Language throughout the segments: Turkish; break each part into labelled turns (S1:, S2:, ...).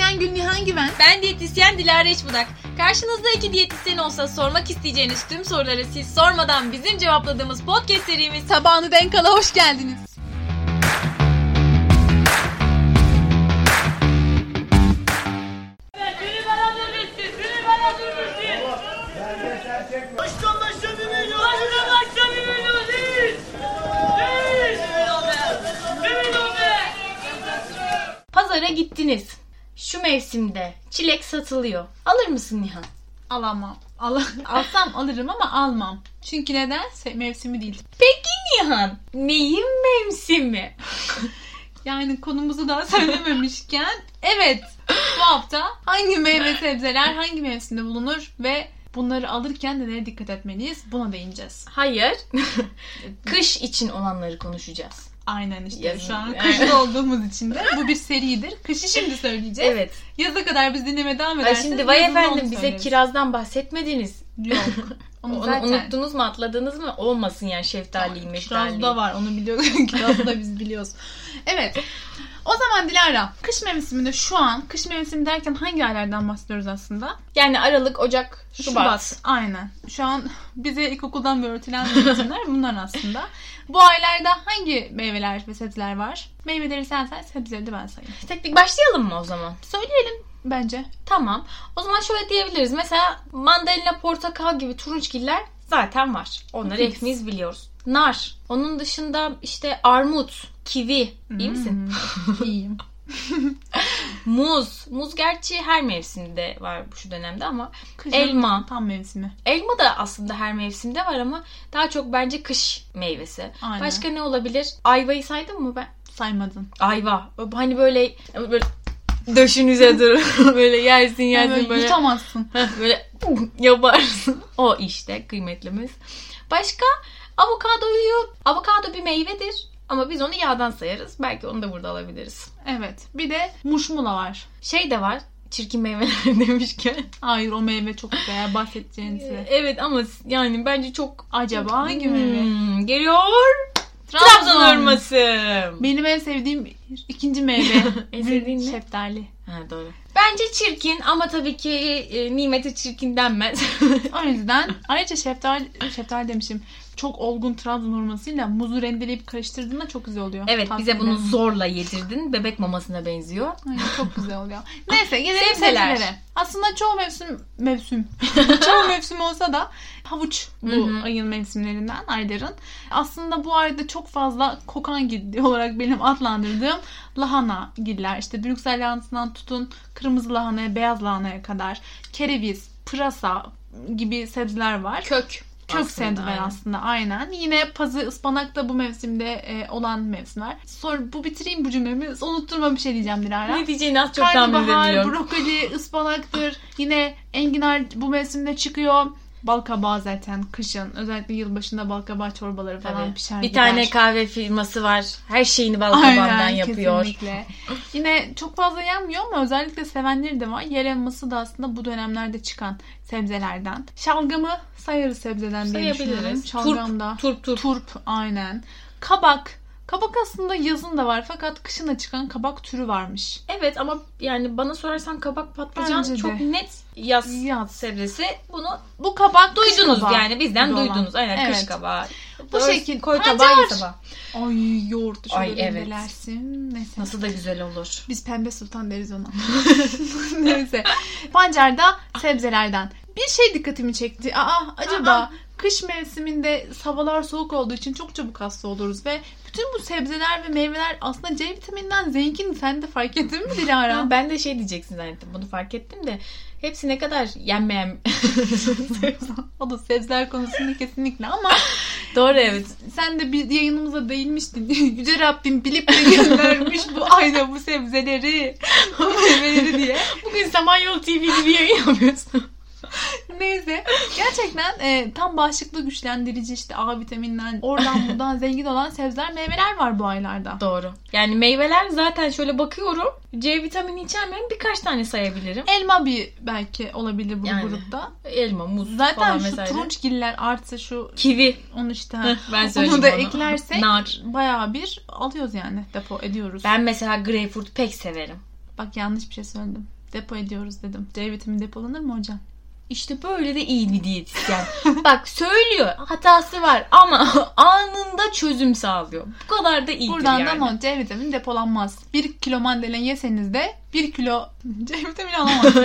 S1: Ben Gülnihan Güven.
S2: Ben diyetisyen Dilara Eşbudak. Karşınızda iki diyetisyen olsa sormak isteyeceğiniz tüm soruları siz sormadan bizim cevapladığımız podcast serimiz
S1: Tabağını denk ala hoş geldiniz.
S3: Biri bana vurmuşsun, biri bana vurmuşsun. Baştan başa bir milyon. Baştan başa bir milyon. Hiç. Hiç. Bir milyon be.
S2: Pazara gittiniz. Şu mevsimde çilek satılıyor. Alır mısın Nihan?
S1: Alamam. Al alsam alırım ama almam. Çünkü neden? Se- Mevsimi değil.
S2: Peki Nihan. Neyin mevsimi?
S1: Yani konumuzu daha söylememişken evet bu hafta hangi meyve sebzeler hangi mevsimde bulunur ve bunları alırken nelere dikkat etmeliyiz buna değineceğiz.
S2: Hayır. Kış için olanları konuşacağız.
S1: Aynen işte
S2: Yazın.
S1: şu an
S2: Aynen.
S1: kışta olduğumuz için de bu bir seridir. Kışı şimdi söyleyeceğiz.
S2: Evet.
S1: Yaza kadar biz dinlemeye devam
S2: Ay
S1: ederseniz.
S2: şimdi vay
S1: yazın da onu
S2: efendim bize
S1: söyleriz.
S2: kirazdan bahsetmediniz.
S1: Yok. Onu,
S2: Onu
S1: zaten.
S2: unuttunuz mu atladınız mı? Olmasın yani şeftaliyi meftaliyi.
S1: Kirazda var onu biliyoruz. Kirazda da biz biliyoruz. Evet. O zaman Dilara kış mevsiminde şu an kış mevsimi derken hangi aylardan bahsediyoruz aslında?
S2: Yani Aralık, Ocak, Şubat.
S1: Aynen. Şu an bize ilkokuldan bir öğretilen mevsimler bunlar aslında. Bu aylarda hangi meyveler ve sebzeler var? Meyveleri sen say, sebzeleri de ben sayayım.
S2: Tek tek başlayalım mı o zaman?
S1: Söyleyelim bence.
S2: Tamam. O zaman şöyle diyebiliriz. Mesela mandalina, portakal gibi turunçgiller zaten var. Onları
S1: Hepimiz.
S2: hepimiz biliyoruz. Nar. Onun dışında işte armut, kivi. İyi misin?
S1: Hmm, İyiyim.
S2: Muz. Muz gerçi her mevsimde var bu şu dönemde ama
S1: Kışın
S2: elma.
S1: Tam mevsimi.
S2: Elma da aslında her mevsimde var ama daha çok bence kış meyvesi.
S1: Aynen.
S2: Başka ne olabilir? Ayvayı saydım mı ben?
S1: saymadın.
S2: Ayva. Hani böyle böyle döşünüze durur. böyle yersin yersin
S1: Yani böyle
S2: böyle.
S1: yutamazsın.
S2: Heh, böyle yaparsın. O işte kıymetlimiz. Başka avokadoyu avokado bir meyvedir ama biz onu yağdan sayarız. Belki onu da burada alabiliriz.
S1: Evet. Bir de muşmula var.
S2: Şey de var. Çirkin meyveler demişken.
S1: Hayır o meyve çok güzel bahsedeceğiniz. size.
S2: evet ama yani bence çok
S1: Acaba hangi meyve?
S2: Hmm, geliyor. Trabzon hurması.
S1: Benim en sevdiğim ikinci meyve.
S2: En sevdiğin ne?
S1: Şeftali.
S2: Ha, doğru. Bence çirkin ama tabii ki e, nimete çirkin denmez.
S1: O yüzden ayrıca şeftali, şeftali demişim. Çok olgun Trabzon hurmasıyla muzu rendeleyip karıştırdığında çok güzel oluyor.
S2: evet
S1: Tavsiye
S2: bize bunu
S1: ederim.
S2: zorla yedirdin. Bebek mamasına benziyor.
S1: Ay, çok güzel oluyor.
S2: Ah,
S1: Neyse gelelim
S2: Sebzeler.
S1: sebzelere. Aslında çoğu mevsim mevsim. çoğu mevsim olsa da havuç bu
S2: Hı hı.
S1: ayın mevsimlerinden, ayların. Aslında bu ayda çok fazla kokan gilli olarak benim adlandırdığım lahana giller. İşte Brüksel lahanasından tutun kırmızı lahanaya, beyaz lahanaya kadar kereviz, pırasa gibi sebzeler var.
S2: Kök.
S1: Kök
S2: Aslında,
S1: sebzeler
S2: aynen.
S1: aslında aynen. Yine pazı ıspanak da bu mevsimde e, olan mevsimler. Sonra bu bitireyim bu cümlemi. Unutturma bir şey diyeceğim Dilara.
S2: Ne diyeceğini az çok tahmin
S1: Karnabahar,
S2: edebiliyorum.
S1: brokoli, ıspanaktır. Yine enginar bu mevsimde çıkıyor. Balkabağı zaten kışın. Özellikle yılbaşında balkabağı çorbaları falan
S2: Tabii.
S1: pişer
S2: Bir
S1: gider.
S2: tane kahve firması var. Her şeyini balkabağından
S1: Aynen,
S2: yapıyor.
S1: kesinlikle. Yine çok fazla yenmiyor ama özellikle sevenleri de var. Yer elması da aslında bu dönemlerde çıkan sebzelerden. Şalgamı sayarız sebzeden diye
S2: Sayabiliriz.
S1: düşünüyorum.
S2: Turp.
S1: Şalgam da.
S2: Turp turp.
S1: Turp aynen. Kabak. Kabak aslında yazın da var fakat kışın da çıkan kabak türü varmış.
S2: Evet ama yani bana sorarsan kabak patlıcan
S1: Bence de.
S2: çok net yaz
S1: Yaz.
S2: sebzesi. Bunu
S1: Bu kabak kış
S2: duydunuz
S1: kabağı.
S2: yani bizden
S1: Doğru.
S2: duydunuz. Aynen
S1: Evet.
S2: kış kabağı.
S1: Bu
S2: Doğru,
S1: şekil.
S2: Koy
S1: Pancar.
S2: tabağı ye tabağı.
S1: Ay yoğurtlu şöyle
S2: Ay, evet.
S1: rendelersin. Neyse.
S2: Nasıl da güzel olur.
S1: Biz pembe sultan deriz ona. Neyse. Pancar da sebzelerden. Bir şey dikkatimi çekti. Aa acaba
S2: Aa.
S1: kış mevsiminde havalar soğuk olduğu için çok çabuk hasta oluruz ve bütün bu sebzeler ve meyveler aslında C vitamininden zengin. Sen de fark ettin mi Dilara?
S2: Ha, ben de şey diyeceksin zannettim. Bunu fark ettim de hepsi ne kadar yenmeyen.
S1: o da sebzeler konusunda kesinlikle ama
S2: Doğru evet.
S1: sen de bir yayınımıza değinmiştin. Yüce Rabbim bilip de göndermiş bu ayda bu sebzeleri, bu meyveleri diye.
S2: Bugün Samanyolu TV gibi yayın yapıyorsun.
S1: Neyse. Gerçekten e, tam bağışıklığı güçlendirici işte A vitamininden oradan buradan zengin olan sebzeler meyveler var bu aylarda.
S2: Doğru. Yani meyveler zaten şöyle bakıyorum. C vitamini içermeyen birkaç tane sayabilirim.
S1: Elma bir belki olabilir bu
S2: Yani.
S1: grupta.
S2: Elma, muz
S1: Zaten
S2: falan
S1: şu
S2: vesaire.
S1: turunçgiller artı şu
S2: Kivi.
S1: onu işte
S2: Heh, ben söyleyeyim
S1: onu da
S2: onu.
S1: eklersek
S2: Nar.
S1: bayağı bir alıyoruz yani depo ediyoruz.
S2: Ben mesela greyfurt pek severim.
S1: Bak yanlış bir şey söyledim. Depo ediyoruz dedim. C vitamini depolanır mı hocam?
S2: İşte böyle de iyi bir diyetisyen. Bak söylüyor hatası var ama anında çözüm sağlıyor. Bu kadar da iyidir
S1: Buradan
S2: yani.
S1: da not C vitamini depolanmaz. 1 kilo mandalina yeseniz de 1 kilo C vitamini alamazsınız.
S2: ya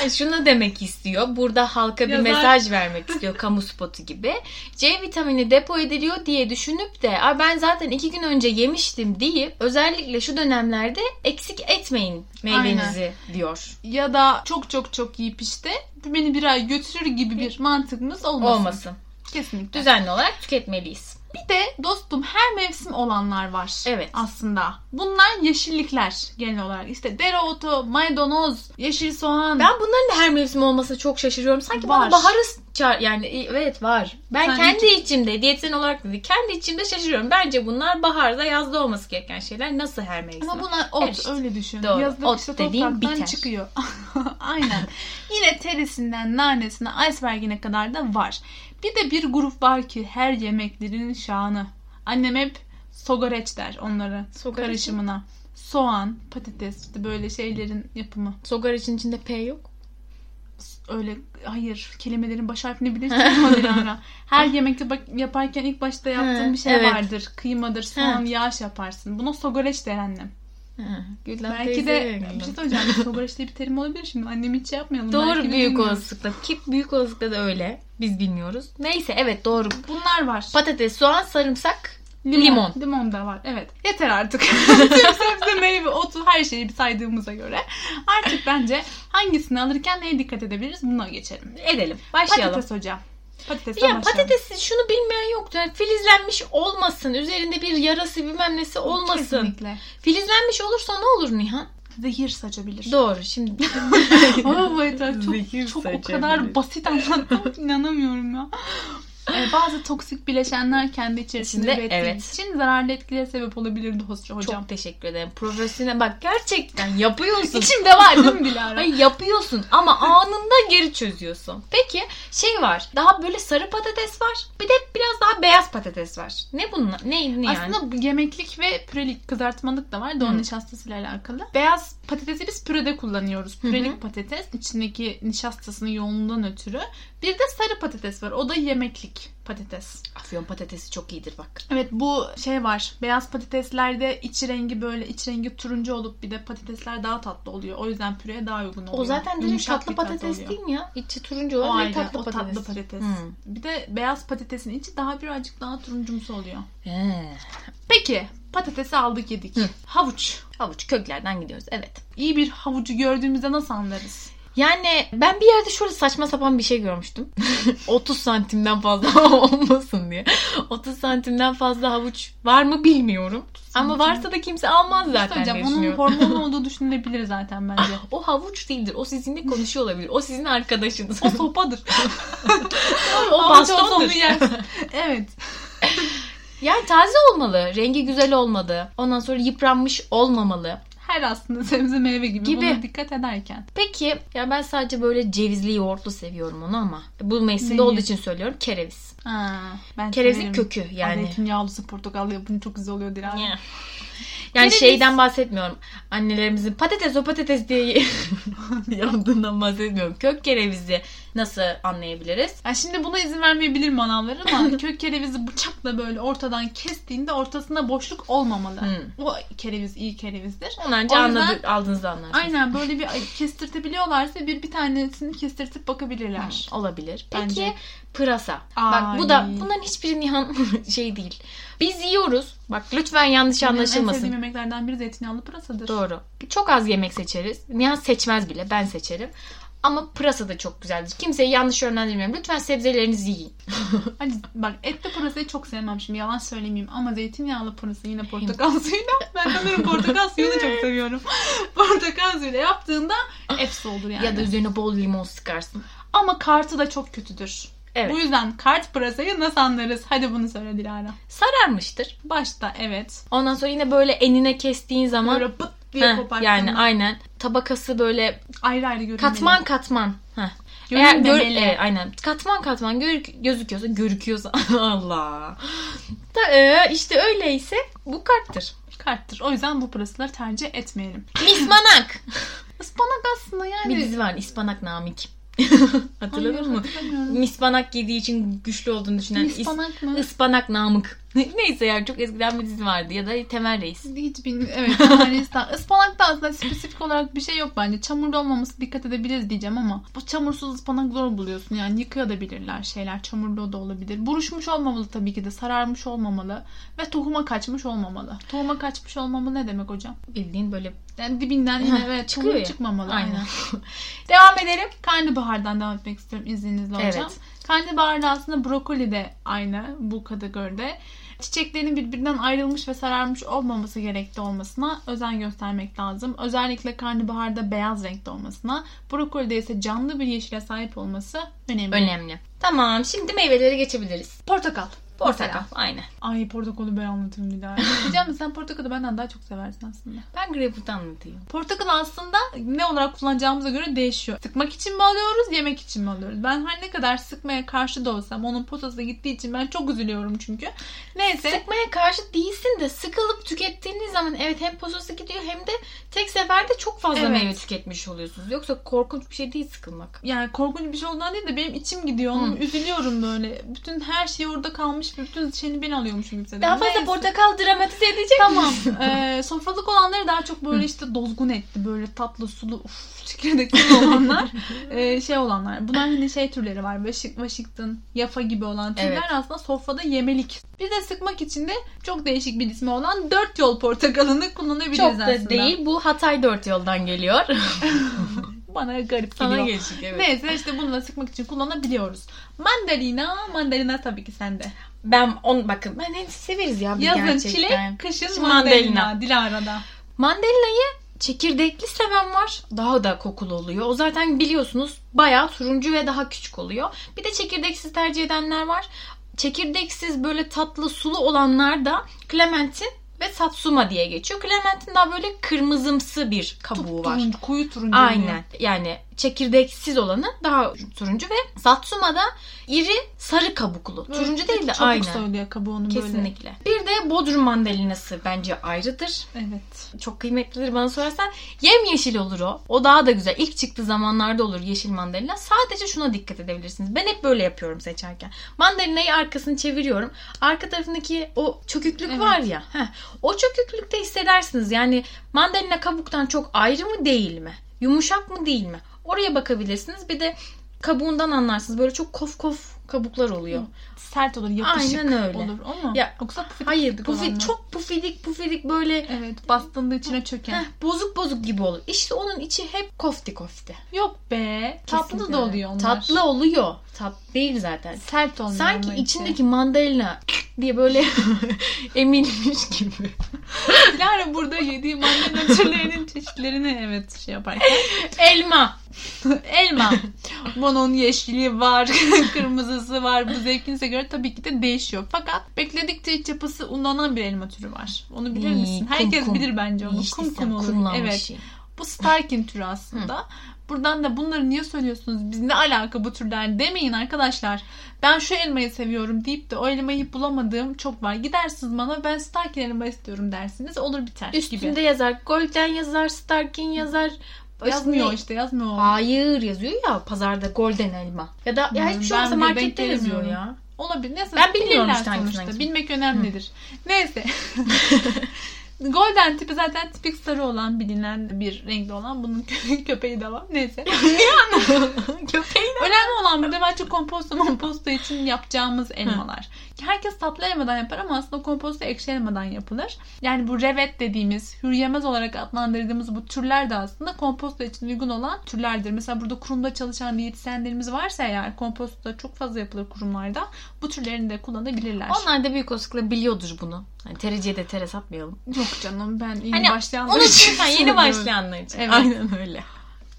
S2: yani şunu demek istiyor. Burada halka bir
S1: Yazar.
S2: mesaj vermek istiyor kamu spotu gibi. C vitamini depo ediliyor diye düşünüp de "Aa, ben zaten iki gün önce yemiştim deyip özellikle şu dönemlerde eksik etmeyin meyvenizi diyor.
S1: ya da çok çok çok yiyip işte beni bir ay götürür gibi bir mantığımız olmasın.
S2: Olmasın.
S1: Kesinlikle.
S2: Düzenli olarak tüketmeliyiz.
S1: Bir de dostum her mevsim olanlar var.
S2: Evet.
S1: Aslında. Bunlar yeşillikler genel olarak. İşte dereotu, maydanoz, yeşil soğan.
S2: Ben bunların da her mevsim olmasına çok şaşırıyorum. Sanki bana
S1: Var.
S2: baharı çağır yani e, evet var. Ben
S1: Sen
S2: kendi içimde diyetisyen olarak dedi kendi içimde şaşırıyorum. Bence bunlar baharda yazda olması gereken şeyler. Nasıl her mevsim?
S1: Ama buna ot
S2: Evet.
S1: öyle düşün.
S2: Doğru.
S1: Yazlık
S2: Ot
S1: işte
S2: dediğin
S1: topraktan
S2: biter.
S1: çıkıyor. Aynen. Yine teresinden nanesine, icebergine kadar da var. Bir de bir grup var ki her yemeklerin şanı. Annem hep sogoreç der onlara.
S2: Sogar için,
S1: Karışımına. Soğan, patates işte böyle şeylerin yapımı.
S2: sogar için içinde P yok.
S1: öyle hayır kelimelerin baş harfini bilirsin ama Dilara. Her yemekte bak, yaparken ilk başta yaptığın
S2: Hı,
S1: bir şey
S2: evet.
S1: vardır. Kıymadır, soğan, yağış yaparsın. Buna sogoreç der annem. Belki de bir şey söyleyeceğim. sogoreç diye bir terim olabilir şimdi. Annem hiç yapmayalım.
S2: Doğru
S1: Belki de
S2: büyük
S1: bilmiyorum.
S2: olasılıkla. Ki büyük olasılıkla da öyle. Biz bilmiyoruz. Neyse evet doğru.
S1: Bunlar var.
S2: Patates, soğan, sarımsak. limon.
S1: Limon da var. Evet. Yeter artık. Tüm sebze, meyve, otu her şeyi bir saydığımıza göre. Artık bence hangisini alırken neye dikkat edebiliriz? Buna geçelim.
S2: Edelim. Başlayalım.
S1: Patates hocam. Patatesten
S2: Ya
S1: başlayalım.
S2: patatesi şunu bilmeyen yoktur. Yani filizlenmiş olmasın. Üzerinde bir yarası bilmem nesi olmasın.
S1: Kesinlikle.
S2: Filizlenmiş olursa ne olur Nihan?
S1: Zehir saçabilir.
S2: Doğru şimdi.
S1: Ama bu etraf çok,
S2: Zehir
S1: çok o
S2: saçabilir.
S1: kadar basit anlattım ki inanamıyorum ya. Ee, bazı toksik bileşenler kendi içerisinde
S2: İçinde,
S1: ürettiği
S2: evet.
S1: için zararlı etkilere sebep olabilirdi hoca- hocam.
S2: Çok teşekkür ederim. Profesyonel bak gerçekten yapıyorsun.
S1: İçimde var değil mi Dilara?
S2: Hayır yapıyorsun ama anında geri çözüyorsun. Peki şey var. Daha böyle sarı patates var. Bir de biraz daha beyaz patates var. Ne bunlar? Ne, ne yani?
S1: Aslında bu yemeklik ve pürelik kızartmalık da var. Doğal
S2: Hı.
S1: nişastasıyla alakalı. Beyaz patatesi biz pürede kullanıyoruz.
S2: hı.
S1: Pürelik patates içindeki nişastasının yoğunluğundan ötürü. Bir de sarı patates var. O da yemeklik patates.
S2: afyon patatesi çok iyidir bak.
S1: Evet bu şey var. Beyaz patateslerde iç rengi böyle iç rengi turuncu olup bir de patatesler daha tatlı oluyor. O yüzden püreye daha uygun oluyor.
S2: O zaten direkt
S1: Yumuşak
S2: tatlı
S1: bir tat
S2: patates
S1: oluyor.
S2: değil mi ya? İçi turuncu
S1: O
S2: olan
S1: ayrı,
S2: direkt tatlı
S1: o
S2: patates. Hmm.
S1: tatlı patates.
S2: Hı.
S1: Bir de beyaz patatesin içi daha birazcık daha turuncumsu oluyor.
S2: He.
S1: Peki patatesi aldık yedik.
S2: Hı.
S1: Havuç.
S2: Havuç köklerden gidiyoruz evet.
S1: İyi bir havucu gördüğümüzde nasıl anlarız?
S2: Yani ben bir yerde şöyle saçma sapan bir şey görmüştüm. 30 santimden fazla olmasın diye. 30 santimden fazla havuç var mı bilmiyorum. Ama varsa da kimse almaz zaten
S1: Hocam
S2: diye
S1: onun
S2: düşünüyorum.
S1: hormon olduğu düşünülebilir zaten bence.
S2: O havuç değildir. O sizinle konuşuyor olabilir. O sizin arkadaşınız.
S1: o sopadır.
S2: o
S1: Havuç olsa
S2: bastondur.
S1: onu yersin. evet.
S2: Yani taze olmalı. Rengi güzel olmalı. Ondan sonra yıpranmış olmamalı.
S1: Her aslında sebze meyve gibi,
S2: Gibi.
S1: buna dikkat ederken.
S2: Peki ya ben sadece böyle cevizli yoğurtlu seviyorum onu ama bu mevsimde
S1: Neyi?
S2: olduğu için söylüyorum kereviz.
S1: Ha, ben
S2: Kerevizin
S1: severim.
S2: kökü
S1: Yani.
S2: yani.
S1: Zeytinyağlısı portakal yapın çok güzel oluyor Dilara.
S2: Yani
S1: Kereviz.
S2: şeyden bahsetmiyorum. Annelerimizin patates o patates diye yaptığından bahsetmiyorum. Kök kerevizi nasıl anlayabiliriz?
S1: Ya şimdi buna izin vermeyebilir manavlar ama kök kerevizi bıçakla böyle ortadan kestiğinde ortasında boşluk olmamalı.
S2: Hı.
S1: O kereviz iyi kerevizdir.
S2: Onu anca
S1: O yüzden-
S2: Hmm. anladı, aldığınızda anlarsınız.
S1: Aynen böyle bir kestirtebiliyorlarsa bir bir tanesini kestirtip bakabilirler.
S2: Hmm. Olabilir. Peki
S1: Bence.
S2: pırasa.
S1: Ay.
S2: Bak bu da bunların hiçbiri Nihan şey değil. Biz yiyoruz. Bak lütfen yanlış
S1: Benim En sevdiğim
S2: anlaşılmasın.
S1: yemeklerden biri zeytinyağlı pırasadır.
S2: Doğru. Çok az yemek seçeriz. Nihan seçmez bile. Ben seçerim. Ama pırasa da çok güzeldir. Kimseyi yanlış yönlendirmiyorum. Lütfen sebzelerinizi yiyin.
S1: Hani bak etli pırasayı çok sevmem şimdi yalan söylemeyeyim ama zeytinyağlı pırasa yine portakal suyuyla ben sanırım portakal suyunu çok seviyorum. portakal suyuyla yaptığında efs olur yani.
S2: Ya da üzerine bol limon sıkarsın.
S1: Ama kartı da çok kötüdür.
S2: Evet.
S1: Bu yüzden kart pırasayı nasıl anlarız? Hadi bunu söyle Dilara.
S2: Sararmıştır.
S1: Başta evet.
S2: Ondan sonra yine böyle enine kestiğin zaman
S1: Böyle pıt diye
S2: Heh,
S1: koparttığında
S2: yani aynen tabakası böyle
S1: ayrı ayrı görünmeli.
S2: katman katman. Heh. Eğer
S1: Görünmemeli.
S2: gör, evet, aynen katman katman görük- gözüküyorsa görüküyorsa Allah. Da, e, işte öyleyse bu karttır.
S1: Karttır. O yüzden bu pırasaları tercih etmeyelim.
S2: Mismanak.
S1: Ispanak aslında yani.
S2: Bir dizi var İspanak Namik.
S1: Hayır,
S2: Hatırladın mı?
S1: hatırlamıyorum.
S2: İspanak yediği için güçlü olduğunu düşünen is-
S1: Ispanak mı?
S2: Ispanak Namık. Neyse yani çok eskiden bir dizi vardı ya da Temel Reis.
S1: Hiç bilmiyorum. Evet. Yunanistan. Ispanakta aslında spesifik olarak bir şey yok bence. Çamurlu olmaması dikkat edebiliriz diyeceğim ama bu çamursuz ıspanak zor buluyorsun. Yani yıkayabilirler şeyler. Çamurlu da olabilir. Buruşmuş olmamalı tabii ki de. Sararmış olmamalı. Ve tohuma kaçmış olmamalı. Tohuma kaçmış olmamalı ne demek hocam?
S2: Bildiğin böyle
S1: Yani dibinden yine
S2: Heh,
S1: evet,
S2: çıkıyor
S1: tohum
S2: ya.
S1: çıkmamalı.
S2: Aynen.
S1: Aynen. devam edelim. Karnabahardan devam etmek istiyorum izninizle hocam.
S2: Evet.
S1: Karnabaharda aslında brokoli de aynı bu kategoride. Çiçeklerin birbirinden ayrılmış ve sararmış olmaması gerekli olmasına özen göstermek lazım. Özellikle karnabaharda beyaz renkte olmasına, brokolide ise canlı bir yeşile sahip olması önemli.
S2: önemli. Tamam şimdi meyvelere geçebiliriz.
S1: Portakal.
S2: Portakal
S1: Mesela.
S2: aynen.
S1: Ay portakalı ben anlatayım bir daha. Diyeceğim sen portakalı benden daha çok seversin aslında.
S2: Ben greyfurt anlatayım.
S1: Portakal aslında ne olarak kullanacağımıza göre değişiyor. Sıkmak için mi alıyoruz, yemek için mi alıyoruz? Ben her ne kadar sıkmaya karşı da olsam onun potası gittiği için ben çok üzülüyorum çünkü. Neyse.
S2: Sıkmaya karşı değilsin de sıkılıp tükettiğiniz zaman evet hem pozosu gidiyor hem de tek seferde çok fazla
S1: Evet.
S2: meyve tüketmiş oluyorsunuz. Yoksa korkunç bir şey değil sıkılmak.
S1: Yani korkunç bir şey olduğundan değil de benim içim gidiyor. Onun üzülüyorum böyle. Bütün her şey orada kalmış. Bütün şeyini ben alıyormuşum kimseden.
S2: Daha fazla
S1: Neyse.
S2: portakal dramatize edecek
S1: Tamam. Ee, sofralık olanları daha çok böyle işte dozgun etti. Böyle tatlı sulu uf, çekirdekli olanlar. Ee, şey olanlar. Bunlar hani şey türleri var. Washing- Washington, Yafa gibi olan türler
S2: Evet.
S1: aslında sofrada yemelik. Bir de sıkmak için de çok değişik bir ismi olan dört yol portakalını kullanabiliriz
S2: Çok da
S1: aslında.
S2: değil. Bu Hatay dört yoldan geliyor.
S1: Bana garip
S2: Sana
S1: geliyor.
S2: gelecek evet.
S1: Neyse işte bunu da sıkmak için kullanabiliyoruz. Mandalina, mandalina tabii ki sende.
S2: Ben on bakın ben en severiz ya biz
S1: Yazın
S2: gerçekten.
S1: çilek, kışın
S2: Mandalina.
S1: mandalina. Dilara'da.
S2: Mandalina'yı çekirdekli seven var. Daha da kokulu oluyor. O zaten biliyorsunuz bayağı turuncu ve daha küçük oluyor. Bir de çekirdeksiz tercih edenler var. Çekirdeksiz böyle tatlı sulu olanlar da Clementine ve Satsuma diye geçiyor. Clementine daha böyle kırmızımsı bir kabuğu var.
S1: Turuncu, koyu turuncu. oluyor.
S2: Aynen. Yani çekirdeksiz olanı daha turuncu ve Satsuma da iri sarı kabuklu.
S1: Böyle
S2: turuncu değil de
S1: çabuk
S2: aynen.
S1: soyuluyor kabuğunu böyle.
S2: Kesinlikle. Bir de Bodrum mandalinası bence ayrıdır.
S1: Evet.
S2: Çok kıymetlidir bana sorarsan. Yemyeşil olur o. O daha da güzel. İlk çıktığı zamanlarda olur yeşil mandalina. Sadece şuna dikkat edebilirsiniz. Ben hep böyle yapıyorum seçerken. Mandalinayı arkasını çeviriyorum. Arka tarafındaki o çöküklük
S1: Evet.
S2: var ya. heh, o çöküklükte hissedersiniz. Yani mandalina kabuktan çok ayrı mı değil mi? Yumuşak mı değil mi? Oraya bakabilirsiniz. Bir de kabuğundan anlarsınız. Böyle çok kof kof kabuklar oluyor.
S1: Sert olur, yapışık
S2: Aynen öyle.
S1: olur. O mu?
S2: Ya,
S1: Yoksa pufidik
S2: Hayır
S1: pufidik
S2: pufi-
S1: olan mı?
S2: çok pufidik pufidik böyle
S1: Evet, bastığında içine çöken.
S2: heh, bozuk bozuk gibi olur. İşte onun içi hep kofti kofti.
S1: Yok be. Tatlı
S2: Kesinlikle.
S1: da oluyor onlar.
S2: Tatlı oluyor. Tatlı değil zaten.
S1: Sert olmuyor.
S2: Sanki
S1: ama içi.
S2: içindeki mandalina diye böyle emilmiş gibi.
S1: Dilara burada yediği mandalina türlerinin çeşitlerini evet şey yaparken.
S2: Elma.
S1: Elma. Bunun yeşili var, kırmızısı var. Bu zevkinize göre tabii ki de değişiyor. Fakat bekledikçe iç yapısı unlanan bir elma türü var. Onu bilir
S2: İyi,
S1: misin?
S2: kum
S1: Herkes
S2: kum.
S1: bilir bence onu.
S2: İşte
S1: kum
S2: sen
S1: kum olur.
S2: kumlanmış
S1: Evet.
S2: şey.
S1: Bu Starkin türü aslında. Buradan da bunları niye söylüyorsunuz? Biz ne alaka bu türden demeyin arkadaşlar. Ben şu elmayı seviyorum deyip de o elmayı bulamadığım çok var. Gidersiniz bana ben Starkin elma istiyorum dersiniz. Olur biter
S2: Üstünde
S1: gibi.
S2: yazar. Golden yazar. Starkin yazar.
S1: Yazmıyor
S2: Üstüne-
S1: işte yazmıyor.
S2: Hayır yazıyor ya pazarda golden elma. Ya da ya
S1: Hmm,
S2: hiçbir şey
S1: ben
S2: olmasa
S1: de denk
S2: markette yazıyor
S1: gelemiyorum.
S2: ya.
S1: Olabilir. Neyse,
S2: Ben bilmiyorum
S1: bilirler
S2: işte hangisini
S1: sonuçta.
S2: hangisi.
S1: Bilmek önemlidir. Neyse. Golden tipi zaten tipik sarı olan bilinen bir renkli olan. Bunun köpeği de var. Neyse.
S2: Köpeğin.
S1: Önemli olan burada bence komposto komposto için yapacağımız elmalar. Herkes tatlı elmadan yapar ama aslında komposto ekşi elmadan yapılır. Yani bu revet dediğimiz, hürriyemez olarak adlandırdığımız bu türler de aslında komposto için uygun olan türlerdir. Mesela burada kurumda çalışan diyetisyenlerimiz varsa eğer komposto da çok fazla yapılır kurumlarda. Bu türlerini de kullanabilirler.
S2: Onlar da büyük olasılıkla biliyordur bunu. Hani tereciye de tere satmayalım.
S1: Yok canım ben yeni
S2: Hani
S1: başlayanlar
S2: Onu
S1: için
S2: zaten yeni
S1: söylüyorum.
S2: başlayanlar için.
S1: Evet.
S2: Aynen öyle.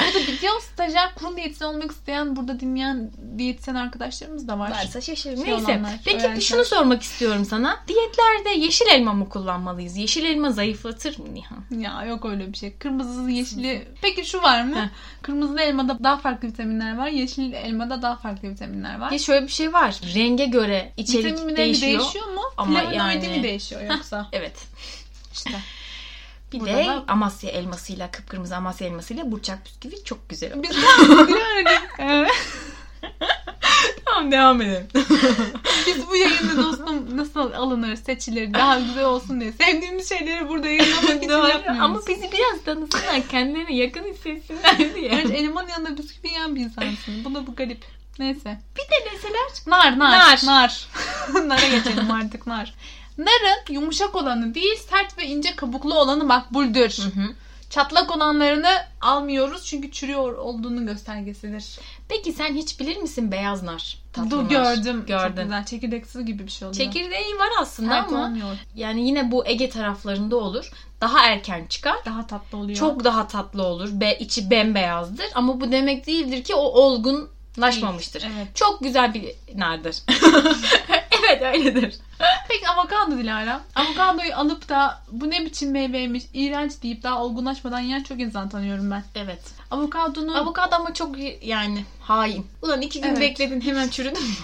S1: Burada biliyor stajyer kurum diyetisyen olmak isteyen burada dinleyen diyetisyen arkadaşlarımız da var.
S2: Varsa şaşırır.
S1: Şey
S2: Neyse.
S1: olanlar,
S2: Peki
S1: öğrenciler.
S2: bir şunu sormak istiyorum sana. Diyetlerde yeşil elma mı kullanmalıyız? Yeşil elma zayıflatır mı Nihan?
S1: Ya yok öyle bir şey. Kırmızısı yeşili. Peki şu var mı?
S2: Heh.
S1: Kırmızı elmada daha farklı vitaminler var. Yeşil elmada daha farklı vitaminler var.
S2: Ya şöyle bir şey var. Renge göre içerik
S1: Vitaminleri
S2: değişiyor.
S1: değişiyor mu?
S2: ama
S1: Flavonoidi
S2: yani-
S1: mi değişiyor yoksa?
S2: Evet.
S1: işte.
S2: Bir
S1: Burada
S2: de
S1: da-
S2: Amasya elmasıyla, kıpkırmızı Amasya elmasıyla burçak bisküvi çok güzel.
S1: Biz biliyorum. Evet.
S2: Tamam devam edelim.
S1: Biz bu yayında dostum nasıl alınır, seçilir, daha güzel olsun diye sevdiğimiz şeyleri burada yayınlamak için yapmıyoruz.
S2: Ama bizi biraz tanısınlar, kendilerine yakın hissetsinler diye.
S1: Gerçi elmanın yanında bisküvi yiyen bir insansın. Bu da bu garip. Neyse.
S2: Bir de deseler
S1: Nar, nar,
S2: Nar.
S1: nar. Nara geçelim artık nar. Narın yumuşak olanı değil, sert ve ince kabuklu olanı makbuldür. Çatlak olanlarını almıyoruz çünkü çürüyor olduğunun göstergesidir.
S2: Peki sen hiç bilir misin beyaz nar? tatlı
S1: Dur
S2: nar?
S1: gördüm. Çok
S2: Gördün.
S1: güzel. Çekirdeksiz gibi bir şey oluyor.
S2: Çekirdeği var aslında
S1: Sert
S2: ama
S1: olmuyor.
S2: yani yine bu Ege taraflarında olur. Daha erken çıkar.
S1: Daha tatlı oluyor.
S2: Çok daha tatlı olur. Be, içi bembeyazdır ama bu demek değildir ki o olgunlaşmamıştır.
S1: Evet.
S2: Çok güzel bir nardır. evet öyledir.
S1: Peki avokado Dilara. Avokadoyu alıp da bu ne biçim meyveymiş, iğrenç deyip daha olgunlaşmadan yiyen çok insan tanıyorum ben.
S2: Evet.
S1: Avokadonun
S2: Avokado ama çok yani hain. Ulan iki gün
S1: Evet.
S2: bekledin hemen çürüdün mü?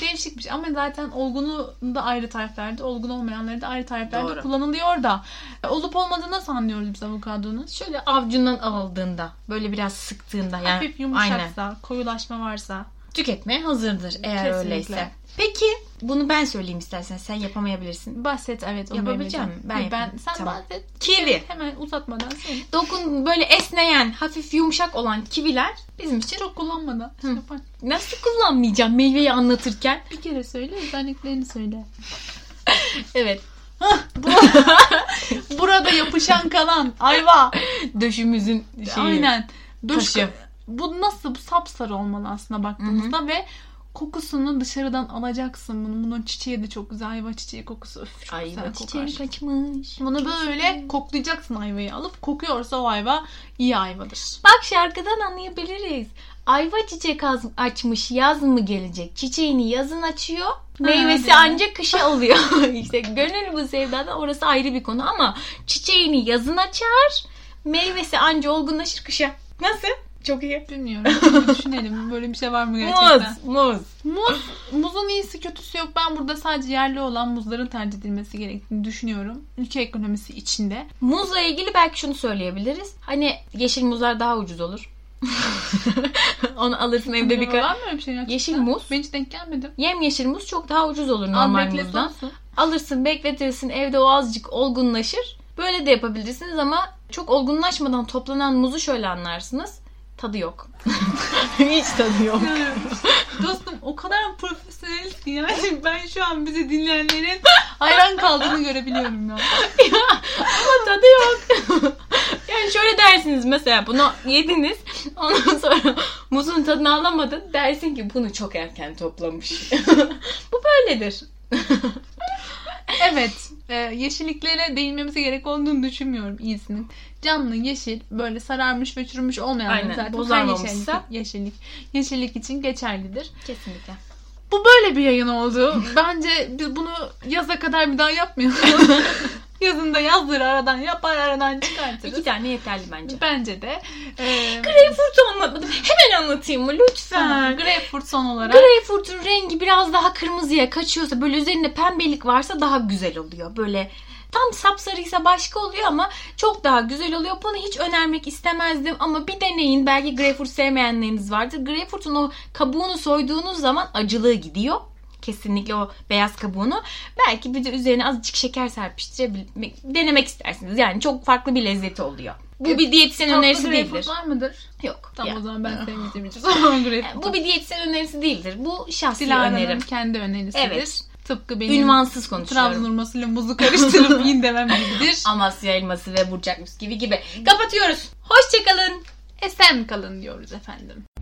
S1: değişik bir şey ama zaten olgunu da ayrı tariflerde, olgun olmayanları da ayrı tariflerde
S2: Doğru.
S1: kullanılıyor da. E, Olup olmadığını nasıl anlıyoruz biz avokadonun?
S2: Şöyle avcundan alıldığında, böyle biraz sıktığında yani
S1: Hafif yumuşaksa, koyulaşma varsa.
S2: tüketmeye hazırdır eğer
S1: Kesinlikle.
S2: öyleyse. Peki bunu ben söyleyeyim istersen sen yapamayabilirsin.
S1: Bahset evet onu
S2: Yapabileceğim mi? Ben
S1: Ben, ben
S2: yapayım.
S1: sen
S2: Tamam.
S1: bahset.
S2: Kivi.
S1: Hemen uzatmadan söyle.
S2: Dokun böyle esneyen, hafif yumuşak olan kiviler bizim için
S1: Çok şey kullanmadan.
S2: Hı.
S1: Yapar.
S2: nasıl kullanmayacağım meyveyi anlatırken?
S1: Bir kere söyle, özelliklerini söyle.
S2: Evet.
S1: Burada yapışan kalan ayva.
S2: Döşümüzün
S1: Şey,
S2: şeyi.
S1: Aynen. Duş
S2: Taşı.
S1: bu nasıl bu sapsarı olmalı aslında baktığımızda ve kokusunu dışarıdan alacaksın. Bunun, bunun çiçeği de çok güzel ayva çiçeği kokusu. Üf, çok
S2: Ay
S1: güzel
S2: bak
S1: kokar.
S2: çiçeğim kaçmış.
S1: Bunu böyle koklayacaksın ayvayı alıp kokuyorsa o ayva iyi ayvadır.
S2: Bak şarkıdan anlayabiliriz. Ayva çiçek az- açmış yaz mı gelecek? Çiçeğini yazın açıyor. Meyvesi
S1: değil mi?
S2: ancak kışa oluyor. işte gönül bu sevdada orası ayrı bir konu ama çiçeğini yazın açar. Meyvesi anca olgunlaşır kışa. Nasıl? Çok iyi.
S1: Bilmiyorum. bir Düşünelim böyle bir şey var mı gerçekten?
S2: Muz, muz.
S1: Muz, muzun iyisi kötüsü yok. Ben burada sadece yerli olan muzların tercih edilmesi gerektiğini düşünüyorum. Ülke ekonomisi içinde.
S2: Muzla ilgili belki şunu söyleyebiliriz. Hani yeşil muzlar daha ucuz olur. Onu alırsın evde bir
S1: Var mı öyle bir şey? gerçekten?
S2: Yeşil muz.
S1: Ben hiç denk gelmedim.
S2: Yem yeşil muz çok daha ucuz olur
S1: Al
S2: normal
S1: bekle
S2: muzdan.
S1: soğusun.
S2: Alırsın bekletirsin evde o azıcık olgunlaşır. Böyle de yapabilirsiniz ama çok olgunlaşmadan toplanan muzu şöyle anlarsınız. Tadı yok. Hiç tadı yok.
S1: İnanıyorum. Dostum o kadar profesyoneliz ki yani ben şu an bizi dinleyenlerin hayran kaldığını görebiliyorum ya.
S2: Ama tadı yok. yani şöyle dersiniz mesela bunu yediniz. Ondan sonra muzun tadını alamadın. Dersin ki bunu çok erken toplamış. Bu böyledir.
S1: Evet e, yeşilliklere değinmemize gerek olduğunu düşünmüyorum iyisinin. Canlı yeşil böyle sararmış ve çürümüş olmayan
S2: Aynen,
S1: zaten
S2: bozarmamışsa.
S1: her yeşillik, yeşillik, yeşillik için geçerlidir.
S2: Kesinlikle.
S1: Bu böyle bir yayın oldu. Bence biz bunu yaza kadar bir daha yapmayalım. Yazın da yazdır aradan yapar aradan
S2: İki
S1: çıkartırız.
S2: tane yeterli bence.
S1: Bence de. E,
S2: Greyfurt anlatmadım. Hemen anlatayım mı
S1: tamam,
S2: lütfen?
S1: greyfurt son olarak.
S2: Greyfurt'un rengi biraz daha kırmızıya kaçıyorsa böyle üzerinde pembelik varsa daha güzel oluyor. Böyle tam sapsarıysa başka oluyor ama çok daha güzel oluyor. Bunu hiç önermek istemezdim ama bir deneyin. Belki greyfurt sevmeyenleriniz vardır. Greyfurt'un o kabuğunu soyduğunuz zaman acılığı gidiyor. Kesinlikle o beyaz kabuğunu. Belki bir de üzerine azıcık şeker serpiştirebilmek, denemek istersiniz. Yani çok farklı bir lezzeti oluyor. Bu bir diyetisyen
S1: Tatlı
S2: önerisi
S1: greyfurt
S2: değildir.
S1: var mıdır?
S2: Yok.
S1: Tamam
S2: ya.
S1: o zaman ben sevmeyeceğim için. Tamam greyfurt.
S2: Bu bir diyetisyen önerisi değildir. Bu şahsi
S1: Dilara'nın
S2: önerim.
S1: kendi önerisidir.
S2: Evet.
S1: Tıpkı benim
S2: Ünvansız konuşuyorum.
S1: Trabzon hurmasıyla muzu karıştırıp yiyin demem gibidir.
S2: Amasya elması ve burcak bisküvi gibi. Kapatıyoruz. Hoşçakalın.
S1: Esen E, kalın diyoruz efendim.